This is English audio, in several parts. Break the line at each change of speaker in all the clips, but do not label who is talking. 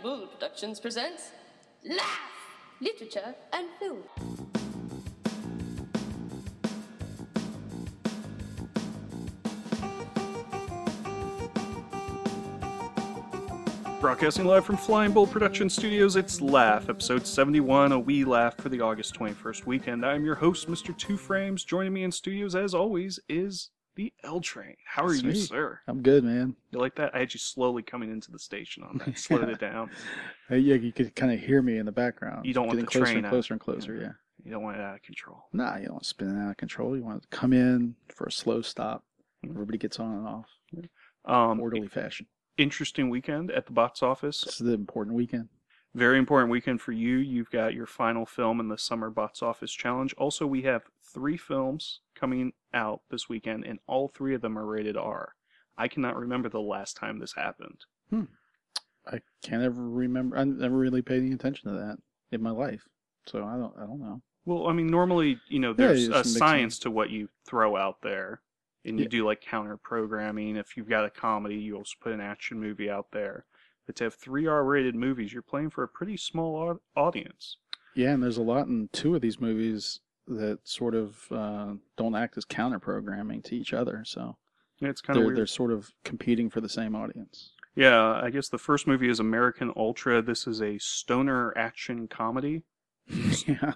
Productions presents Laugh! Literature and Film.
Broadcasting live from Flying Bull Production Studios, it's Laugh, episode 71, a wee laugh for the August 21st weekend. I'm your host, Mr. Two Frames. Joining me in studios, as always, is the L Train. How are you,
Sweet.
sir?
I'm good, man.
You like that? I had you slowly coming into the station on that. Slowed it down.
Hey, yeah, you could kind of hear me in the background.
You don't want
getting
the
closer
train
and
out,
closer and closer.
you
Yeah.
know. You don't want it out of control.
Nah, you don't want to spin it out of control. You want it to come in for a slow stop.
Mhm.
Everybody gets on and off,
Um,
orderly fashion.
interesting weekend at the box office.
This is the important weekend.
Very important weekend for you. You've got your final film in the Summer Box Office Challenge. Also, we have three films coming out this weekend, and all three of them are rated R. I cannot remember the last time this happened.
I can't ever remember. I never really paid any attention to that in my life, so I don't. I don't know.
Well, I mean, normally, you know, there's
it
a
just makes
science
sense.
to what you throw out there, and you
Yeah.
do like counter programming. If you've got a comedy, you also put an action movie out there. But to have three R rated movies, you're playing for a pretty small au- audience.
Yeah, and there's a lot in two of these movies that sort of uh, don't act as counter programming to each other. So
And It's kind of
they're,
weird.
they're sort of competing for the same audience.
Yeah, I guess the first movie is American Ultra. This is a stoner action comedy
yeah.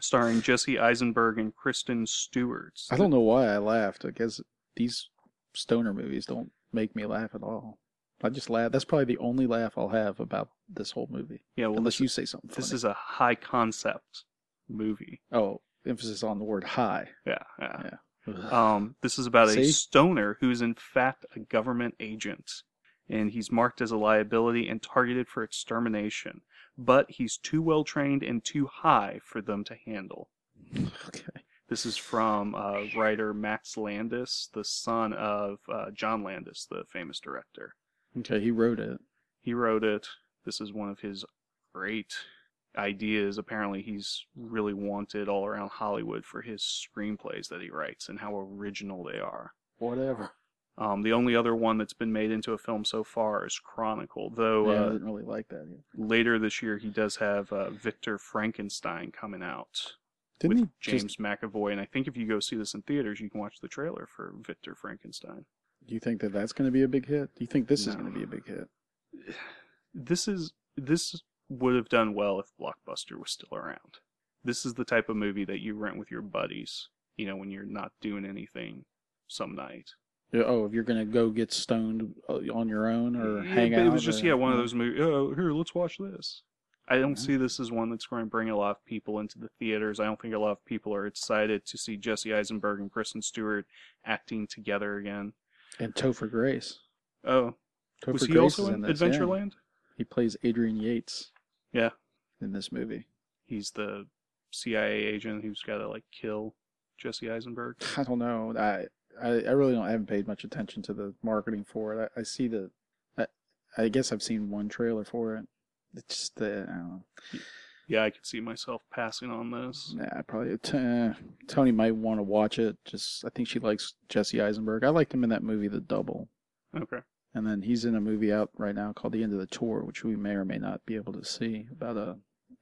starring Jesse Eisenberg and Kristen Stewart.
I don't know why I laughed. I guess these stoner movies don't make me laugh at all. I just laugh. That's probably the only laugh I'll have about this whole movie,
Yeah, well,
unless
this,
you say something.
this
funny.
is a high concept movie.
oh, emphasis on the word high.
Yeah, yeah.
Ugh.
Um, this is about a
See?
stoner who is in fact a government agent, and he's marked as a liability and targeted for extermination. But he's too well trained and too high for them to handle.
okay.
This is from uh, writer Max Landis, the son of uh, John Landis, the famous director.
Okay. He wrote it.
He wrote it. This is one of his great ideas. Apparently, he's really wanted all around Hollywood for his screenplays that he writes and how original they are.
Whatever.
Um, the only other one that's been made into a film so far is Chronicle, though
yeah, I
uh,
didn't really like that. Either.
later this year he does have uh, Victor Frankenstein coming out
Didn't
with
he
James
just?
McAvoy. And I think if you go see this in theaters, you can watch the trailer for Victor Frankenstein.
Do you think that that's going to be a big hit? Do you think this is
No.
going to be a big hit?
This is this would have done well if Blockbuster was still around. This is the type of movie that you rent with your buddies, you know, when you're not doing anything some night.
Yeah, Oh, if you're going to go get stoned uh, on your own or
Yeah,
hang
but
out.
It was just
or-
yeah, one of those movies. Oh, here, let's watch this. I don't
Yeah.
see this as one that's going to bring a lot of people into the theaters. I don't think a lot of people are excited to see Jesse Eisenberg and Kristen Stewart acting together again.
And Topher Grace.
Oh,
Topher
was he
Grace
also
is
in,
this, yeah.
Adventureland?
He plays Adrian Yates.
Yeah.
In this movie.
He's the CIA agent who's got to like kill Jesse Eisenberg.
I don't know. I I, I really don't. I haven't paid much attention to the marketing for it. I, I see the. I, I guess I've seen one trailer for it. It's just the. I don't know.
Yeah, I could see myself passing on this.
Nah, I probably t- uh, Tony might want to watch it. Just I think she likes Jesse Eisenberg. I liked him in that movie The Double,
Okay.
and then he's in a movie out right now called The End of the Tour, which we may or may not be able to see about a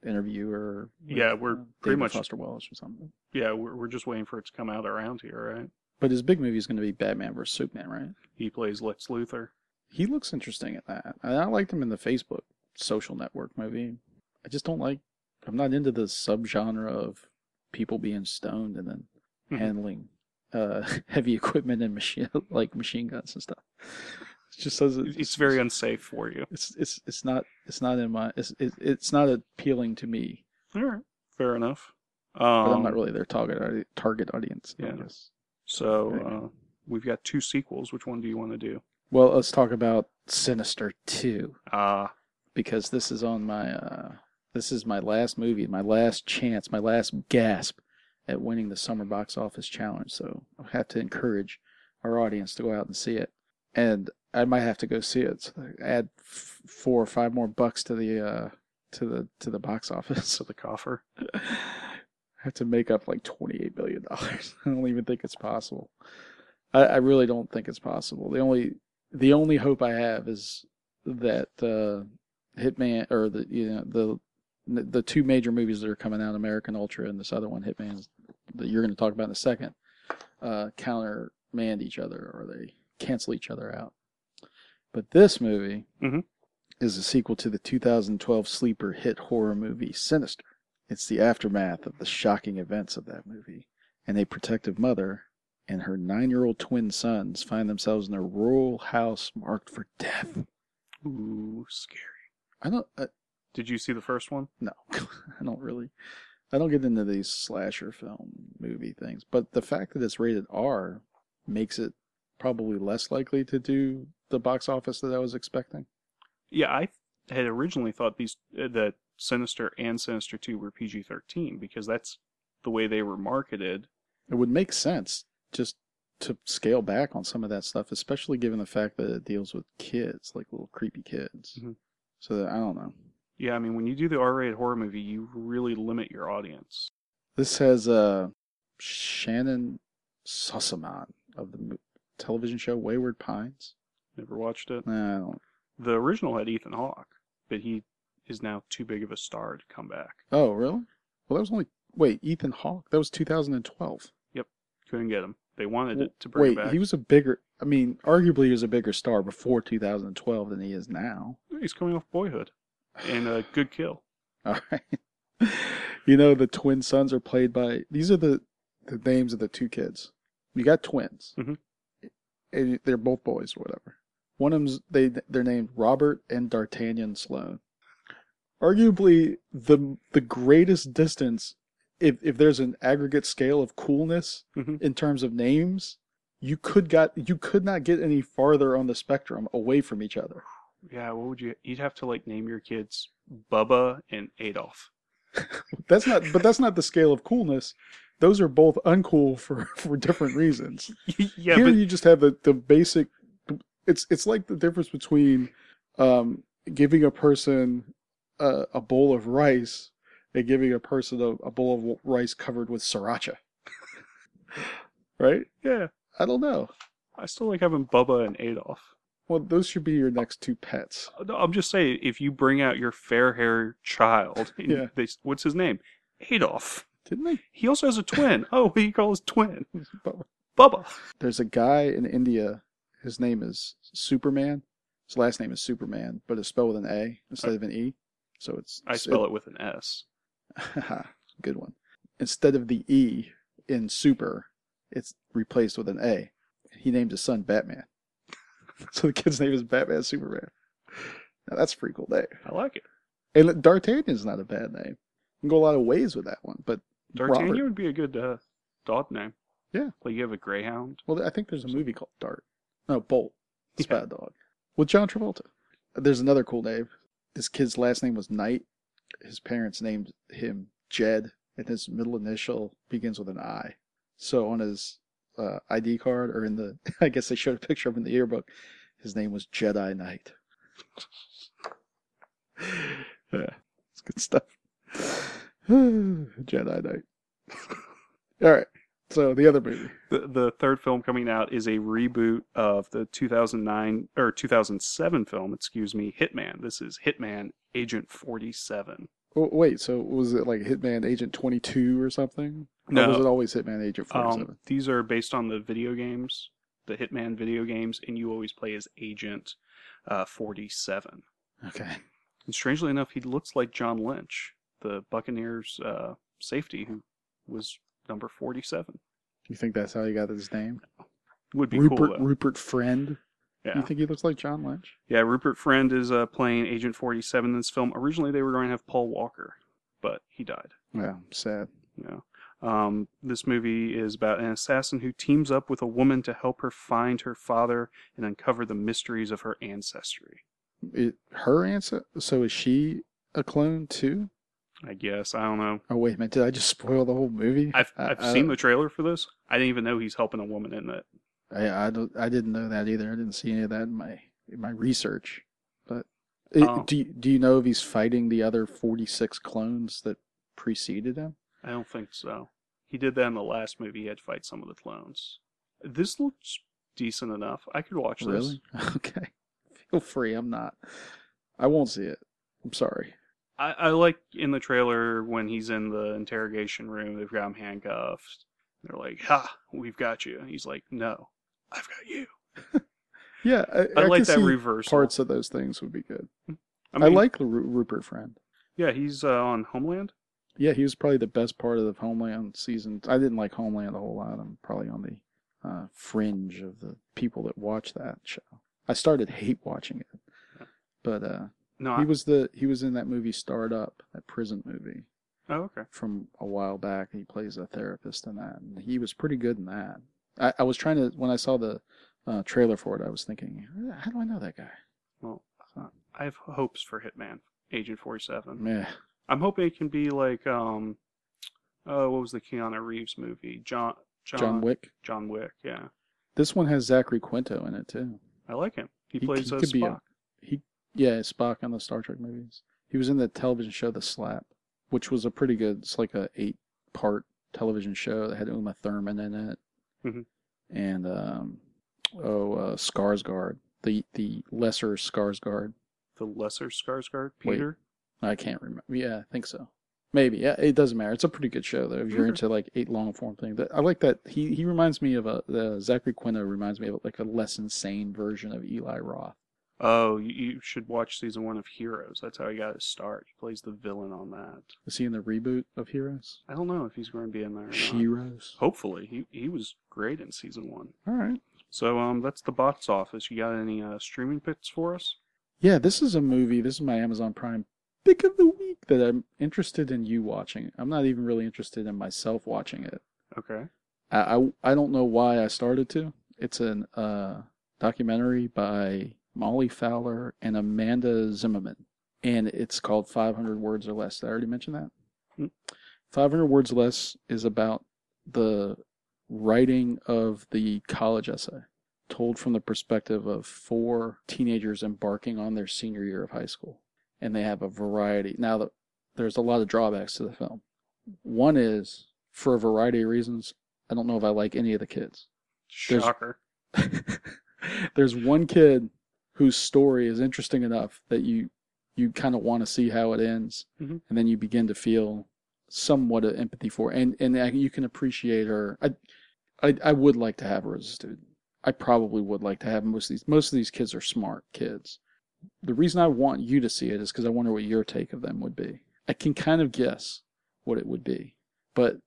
interviewer. with,
Yeah, we're
uh,
pretty
David
much-
Foster Wallace or something.
Yeah, we're we're just waiting for it to come out around here, right?
But his big movie is going to be Batman vs Superman, right?
He plays Lex Luthor.
He looks interesting at that. And I liked him in the Facebook social network movie. I just don't like. I'm not into the subgenre of people being stoned and then
Mhm.
handling uh, heavy equipment and machine like machine guns and stuff. It just doesn't.
It's very unsafe for you.
It's it's it's not it's not in my it's it, it's not appealing to me.
All right, fair enough. Um,
But I'm not really their target audi- target audience. I
yeah.
guess.
So uh, we've got two sequels. Which one do you want to do?
Well, let's talk about Sinister Two.
Uh,
because this is on my uh, this is my last movie, my last chance, my last gasp at winning the summer box office challenge. So I have to encourage our audience to go out and see it, and I might have to go see it. So add f- four or five more bucks to the uh, to the to the box office.
so the coffer.
I have to make up like twenty eight billion dollars. I don't even think it's possible. I, I really don't think it's possible. The only the only hope I have is that uh, Hitman or the you know the the two major movies that are coming out, American Ultra and this other one, Hitman, that you're going to talk about in a second, uh, countermand each other or they cancel each other out. But this movie
Mhm.
is a sequel to the 2012 sleeper hit horror movie Sinister. It's the aftermath of the shocking events of that movie, and a protective mother and her nine-year-old twin sons find themselves in a rural house marked for death.
Ooh, scary.
I don't. I,
Did you see the first one?
no, I don't really. I don't get into these slasher film movie things, but the fact that it's rated R makes it probably less likely to do the box office that I was expecting.
Yeah, I had originally thought these uh, that Sinister and Sinister 2 were PG-13 because that's the way they were marketed.
It would make sense just to scale back on some of that stuff, especially given the fact that it deals with kids, like little creepy kids.
Mhm.
So that, I don't know.
Yeah, I mean when you do the R-rated horror movie, you really limit your audience.
This has uh, Shannon Sussaman of the mo- television show Wayward Pines.
Never watched it.
Nah, I don't
The original had Ethan Hawke, but he is now too big of a star to come back.
Oh, really? Well, that was only wait Ethan Hawke. That was 2012.
Couldn't get him. They wanted it to bring
Wait,
him back.
he was a bigger. I mean, arguably, he was a bigger star before 2012 than he is now.
He's coming off Boyhood and a Good Kill.
All right. You know, the twin sons are played by these are the the names of the two kids. You got twins,
Mhm.
and they're both boys or whatever. One of them's they they're named Robert and D'Artagnan Sloan. Arguably the the greatest distance, if if there's an aggregate scale of coolness
Mhm.
in terms of names, you could got you could not get any farther on the spectrum away from each other.
Yeah, what would you? You'd have to like name your kids Bubba and Adolf.
That's not, but that's not the scale of coolness. Those are both uncool for for different reasons.
yeah,
Here
but
you just have the the basic. It's it's like the difference between um, giving a person a, a bowl of rice and giving a person a, a bowl of rice covered with sriracha. right?
yeah,
I don't know.
I still like having Bubba and Adolf.
Well, those should be your next two pets.
Uh, No, I'm just saying, if you bring out your fair haired child, and
Yeah.
they, what's his name? Adolf.
Didn't they?
He also has a twin. oh, what do you call his twin?
Bubba.
Bubba.
There's a guy in India. His name is Superman. His last name is Superman, but it's spelled with an A instead of an E. So it's
I spell it with an S.
it. good one. Instead of the E in Super, it's replaced with an A. He named his son Batman. so the kid's name is Batman Superman. Now that's a pretty cool name.
I like it.
And D'Artagnan's not a bad name. You can go a lot of ways with that one, but
D'Artagnan
Robert.
would be a good uh, dog name.
Yeah.
Like you have a greyhound.
Well, I think there's a movie called Dart. No, Bolt. It's
Yeah.
about a dog. With John Travolta. There's another cool name. This kid's last name was Knight. His parents named him Jed, and his middle initial begins with an I. So on his uh, ID card, or in the, I guess they showed a picture of him in the yearbook, his name was Jedi Knight. yeah, it's good stuff. Jedi Knight. All right. So the other movie.
The, the third film coming out is a reboot of the 2009 or 2007 film, excuse me, Hitman. This is Hitman Agent 47.
Oh, wait, so was it like Hitman Agent 22 or something? Or Oh, was
No,
it always Hitman Agent 47?
um, these are based on the video games, the Hitman video games, and you always play as Agent uh, 47.
okay.
And strangely enough, he looks like John Lynch, the Buccaneers uh, safety who was number 47.
You think that's how he got his name?
Would be
Rupert
cool. Though.
Rupert Friend?
yeah.
You think he looks like John Lynch?
yeah, Rupert Friend is uh, playing Agent 47 in this film. Originally, they were going to have Paul Walker, but he died.
Yeah, sad.
you know. Um, this movie is about an assassin who teams up with a woman to help her find her father and uncover the mysteries of her ancestry.
It, her answer? So is she a clone too?
I guess I don't know.
Oh, wait a minute. Did I just spoil the whole movie?
I've
I-
I've
I
seen
don't-
the trailer for this. I didn't even know he's helping a woman in it.
I, I, don't, I didn't know that either. I didn't see any of that in my in my research. But it,
Oh.
do, you- do you know if he's fighting the other 46 clones that preceded him?
I don't think so. He did that in the last movie. He had to fight some of the clones. This looks decent enough. I could watch this.
Really? Okay. Feel free. I'm not. I won't see it. I'm sorry.
I, I like in the trailer when he's in the interrogation room, they've got him handcuffed. They're like, "Ha, we've got you." He's like, "No, I've got you."
Yeah, I,
I,
I
like
could
that
see
reverse.
Parts of those things would be good.
I,
I,
mean,
like the Ru- Rupert friend.
Yeah, he's uh, on Homeland.
Yeah, he was probably the best part of the Homeland season. I didn't like Homeland a whole lot. I'm probably on the uh, fringe of the people that watch that show. I started hate watching it, but uh,
No,
he
I,
was the he was in that movie Startup, that prison movie
oh, okay.
from a while back. He plays a therapist in that, and he was pretty good in that. I, I was trying to when I saw the uh, trailer for it, I was thinking, how do I know that guy?
Well, uh, I have hopes for Hitman Agent Forty Seven.
Meh.
I'm hoping it can be like, um, uh, what was the Keanu Reeves movie? John, John,
John Wick.
John Wick. Yeah,
This one has Zachary Quinto in it too.
I like him. He,
He
plays
c-
a
could be a-
Spock.
Yeah, Spock on the Star Trek movies. He was in the television show The Slap, which was a pretty good. It's like a eight part television show that had Uma Thurman in it,
Mhm.
and um, oh, uh, Skarsgård, the the lesser Skarsgård.
the lesser Skarsgård,
Wait.
Peter.
I can't remember. Yeah, I think so. Maybe. Yeah, it doesn't matter. It's a pretty good show though. If you're
Okay.
into like eight long form thing, that I like that. He he reminds me of a the Zachary Quinto reminds me of like a less insane version of Eli Roth.
Oh, you, you should watch season one of Heroes. That's how he got his start. He plays the villain on that.
Is he in the reboot of Heroes?
I don't know if he's going to be in there. Or not.
Heroes.
Hopefully, he he was great in season one.
All right.
So um, that's the box office. You got any uh, streaming picks for us?
Yeah, this is a movie. This is my Amazon Prime pick of the week that I'm interested in you watching. I'm not even really interested in myself watching it.
Okay.
I I, I don't know why I started to. It's an uh documentary by Molly Fowler and Amanda Zimmerman, and it's called 500 Words or Less. Did I already mention that?
Hmm.
500 Words or Less is about the writing of the college essay, told from the perspective of four teenagers embarking on their senior year of high school, and they have a variety. Now, the, there's a lot of drawbacks to the film. One is, for a variety of reasons, I don't know if I like any of the kids. There's-
Shocker.
There's one kid whose story is interesting enough that you you kind of want to see how it ends,
Mhm.
and then you begin to feel somewhat of empathy for, and and I- you can appreciate her. I, I I would like to have her as a student. I probably would like to have most of these. Most of these kids are smart kids. The reason I want you to see it is because I wonder what your take of them would be. I can kind of guess what it would be, but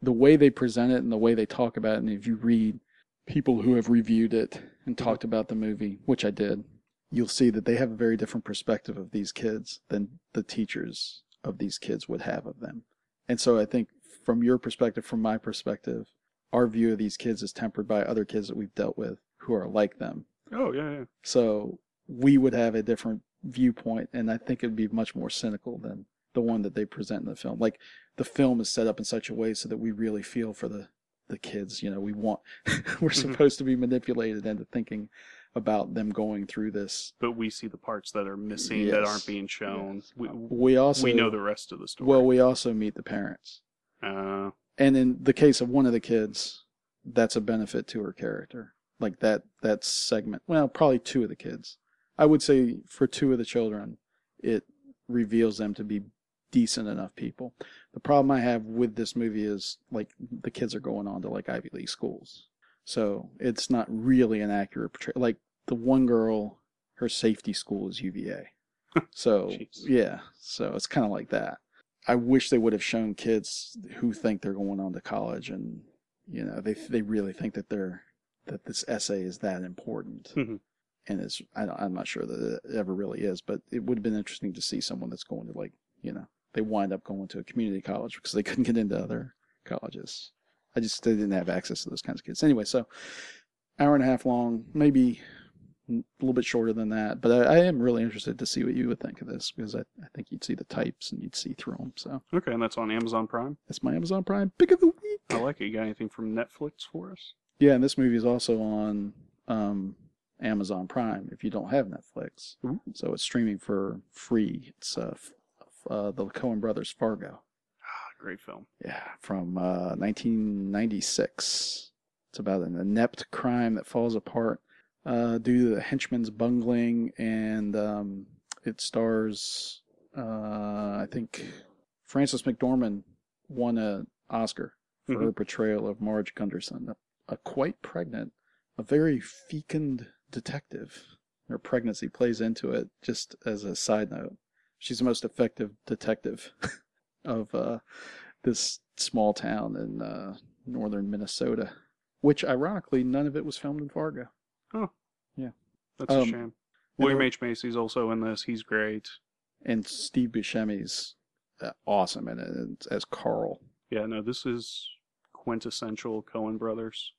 the way they present it and the way they talk about it, and if you read people who have reviewed it and talked about the movie, which I did, you'll see that they have a very different perspective of these kids than the teachers of these kids would have of them. And so I think from your perspective, from my perspective, our view of these kids is tempered by other kids that we've dealt with who are like them.
Oh yeah, yeah.
So we would have a different viewpoint, and I think it'd be much more cynical than the one that they present in the film. Like the film is set up in such a way so that we really feel for the the kids. You know, we want
Mm-hmm.
we're supposed to be manipulated into thinking about them going through this.
But we see the parts that are missing that aren't
Yes.
being shown.
Yes.
We,
We also
we know the rest of the story.
well. We also meet the parents,
uh,
and in the case of one of the kids, that's a benefit to her character. Like that that segment. Well, probably two of the kids. I would say for two of the children, it reveals them to be decent enough people. The problem I have with this movie is like the kids are going on to like Ivy League schools. So it's not really an accurate portrayal. Like the one girl, her safety school is UVA. so
Jeez.
yeah, so it's kind of like that. I wish they would have shown kids who think they're going on to college and you know they they really think that they're that this essay is that important
Mhm.
and it's I, don't- i'm not sure that it ever really is but it would have been interesting to see someone that's going to like you know they wind up going to a community college because they couldn't get into other colleges i just they didn't have access to those kinds of kids anyway so hour and a half long maybe a little bit shorter than that but i, I am really interested to see what you would think of this because I, I think you'd see the types and you'd see through them so
okay, and that's on Amazon Prime.
that's my amazon prime pick of the week
I like it. You got anything from Netflix for us?
Yeah, and this movie is also on um, Amazon Prime if you don't have Netflix.
Ooh.
So it's streaming for free. It's uh, f- uh, the Coen Brothers Fargo.
Ah, great film.
Yeah, from uh, 1996. It's about an inept crime that falls apart uh, due to the henchman's bungling, and um, It stars, uh, I think, Frances McDormand won a Oscar for her portrayal of Marge Gunderson, a, a quite pregnant, a very fecund detective. Her pregnancy plays into it. Just as a side note, she's the most effective detective of uh, this small town in uh, northern Minnesota. Which, ironically, none of it was filmed in Fargo.
That's a
Um,
shame. William
there-
H. Macy's also in this. He's great.
and Steve Buscemi's uh, awesome in it and as Carl.
Yeah, no, this is quintessential Cohen brothers.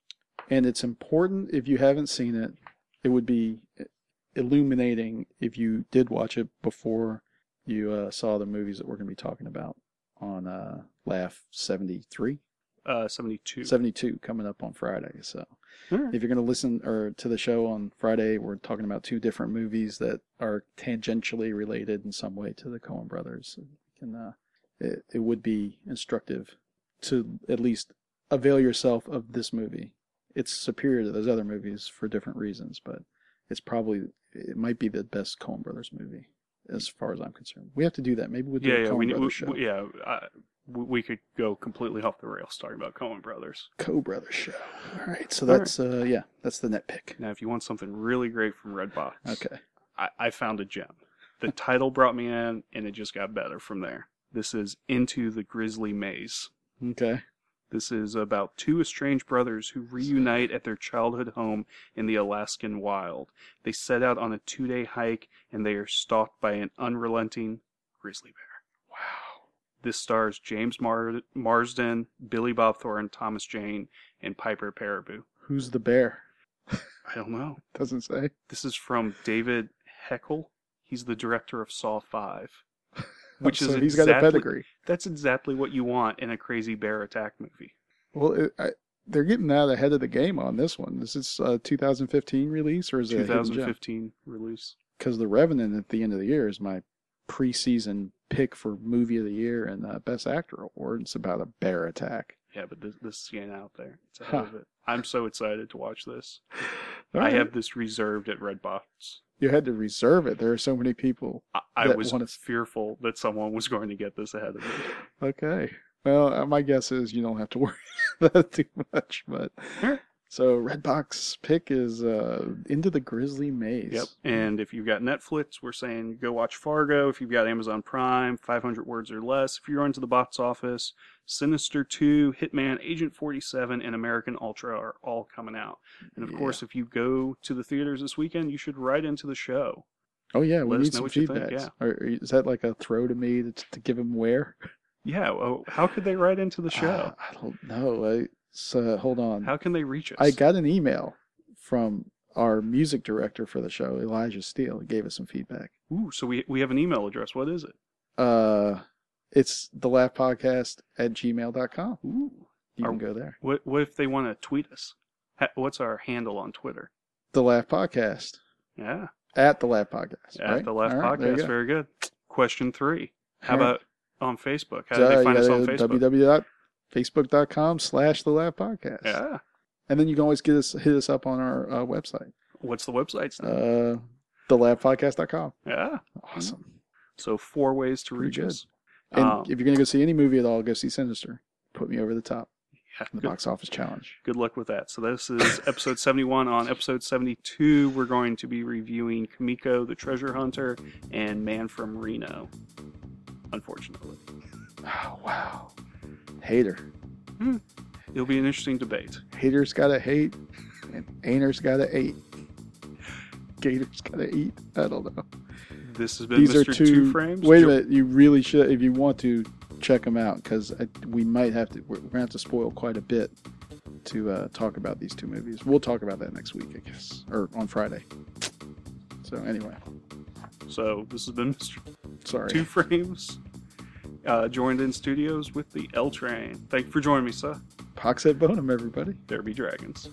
And it's important if you haven't seen it. It would be uh, illuminating if you did watch it before you uh, saw the movies that we're going to be talking about on uh, Laugh 73,
Uh, 72.
72 coming up on Friday. So
Alright.
if you're going to listen or to the show on Friday, we're talking about two different movies that are tangentially related in some way to the Coen Brothers, and uh, it, it would be instructive to at least avail yourself of this movie. It's superior to those other movies for different reasons, but it's probably it might be the best Coen Brothers movie as far as I'm concerned. We have to do that. Maybe we'll do
yeah,
a
yeah,
Coen
we,
Brothers
we,
show.
we- yeah. I, we we could go completely off the rails talking about Cohen brothers.
Co Brothers show. All right, so
All right.
that's uh yeah, that's the net pick.
Now, if you want something really great from Redbox,
Okay.
I, I found a gem. The title brought me in, and it just got better from there. This is Into the Grizzly Maze.
Okay.
This is about two estranged brothers who reunite at their childhood home in the Alaskan wild. They set out on a two day hike and they are stalked by an unrelenting grizzly bear. Wow. This stars James Mar- Marsden, Billy Bob Thornton, Thomas Jane, and Piper Paraboo.
Who's the bear?
I don't know.
Doesn't say.
This is from David Heckel. He's the director of Saw 5. Which is
so he's got a
exactly-
pedigree.
That's exactly what you want in a crazy bear attack movie.
Well, it, I, they're getting out ahead of the game on this one. Is this a 2015 release or is it a
Fifteen release.
Because The Revenant at the end of the year is my preseason pick for movie of the year and uh, best actor award. It's about a bear attack.
Yeah, but this this is getting out there. It's ahead
Huh.
of it. I'm so excited to watch this.
All
I
right.
have this reserved at Redbox.
you had to reserve it. There are so many people.
I, I
That
was
one is-
fearful that someone was going to get this ahead of me.
Okay. Well, uh, my guess is you don't have to worry about too much, but
Sure.
so Redbox pick is uh into the Grizzly Maze.
Yep. And if you've got Netflix, we're saying go watch Fargo. If you've got Amazon Prime, 500 words or less. If you're into the box office, Sinister 2, Hitman, Agent 47, and American Ultra are all coming out. And of
Yeah.
course, if you go to the theaters this weekend, you should write into the show.
Oh yeah,
Let
we
us
need
know
some
what you think,
feedback.
yeah.
Or or is that like a throw to me to, to give him where?
Yeah. well, How could they write into the
Uh,
show?
I don't know. I, so hold on.
How can they reach us?
I got an email from our music director for the show, Elijah Steele. He gave us some feedback.
Ooh, so we we have an email address. What is it?
Uh, it's the laugh podcast at gmail.com.
Ooh.
You
Are-
can go there.
What what if they want to tweet us? Ha- What's our handle on Twitter?
The laugh podcast
Yeah,
at the laugh podcast.
at
right?
the Left
All right, there you
Podcast.
go.
Very good. Question three. How
All right.
about on Facebook? How do they
Uh,
find
you
us
gotta
on
go
Facebook?
to www.facebook.com slash the laugh podcast.
yeah.
And then you can always get us, hit us up on our uh, website,
What's the website's name?
uh, thelabpodcast.com.
yeah.
Awesome.
So four ways to
Pretty
reach
good.
us.
And
Mm-hmm. Um,
if you're going to go see any movie at all, go see Sinister. Put me over the top.
yeah,
The
good,
box office challenge.
good luck with that. So this is episode 71. On episode 72, we're going to be reviewing Kamiko the Treasure Hunter and Man from Reno. Unfortunately.
Oh, wow. Hater.
It'll be an interesting debate.
Haters got to hate, and ainers got to ate. Gators got to eat. I don't know.
This has been Mr. Two, Frames.
Wait a
Jo-
minute. You really should, if you want to, check them out because we might have to. We're, we're gonna have to spoil quite a bit to uh, talk about these two movies. We'll talk about that next week, I guess, or on Friday. So anyway,
So this has been Mr.
sorry.
Two Frames, uh, joined in studios with the L Train. Thank you for joining me, sir.
Pox at bonum, everybody.
There be dragons.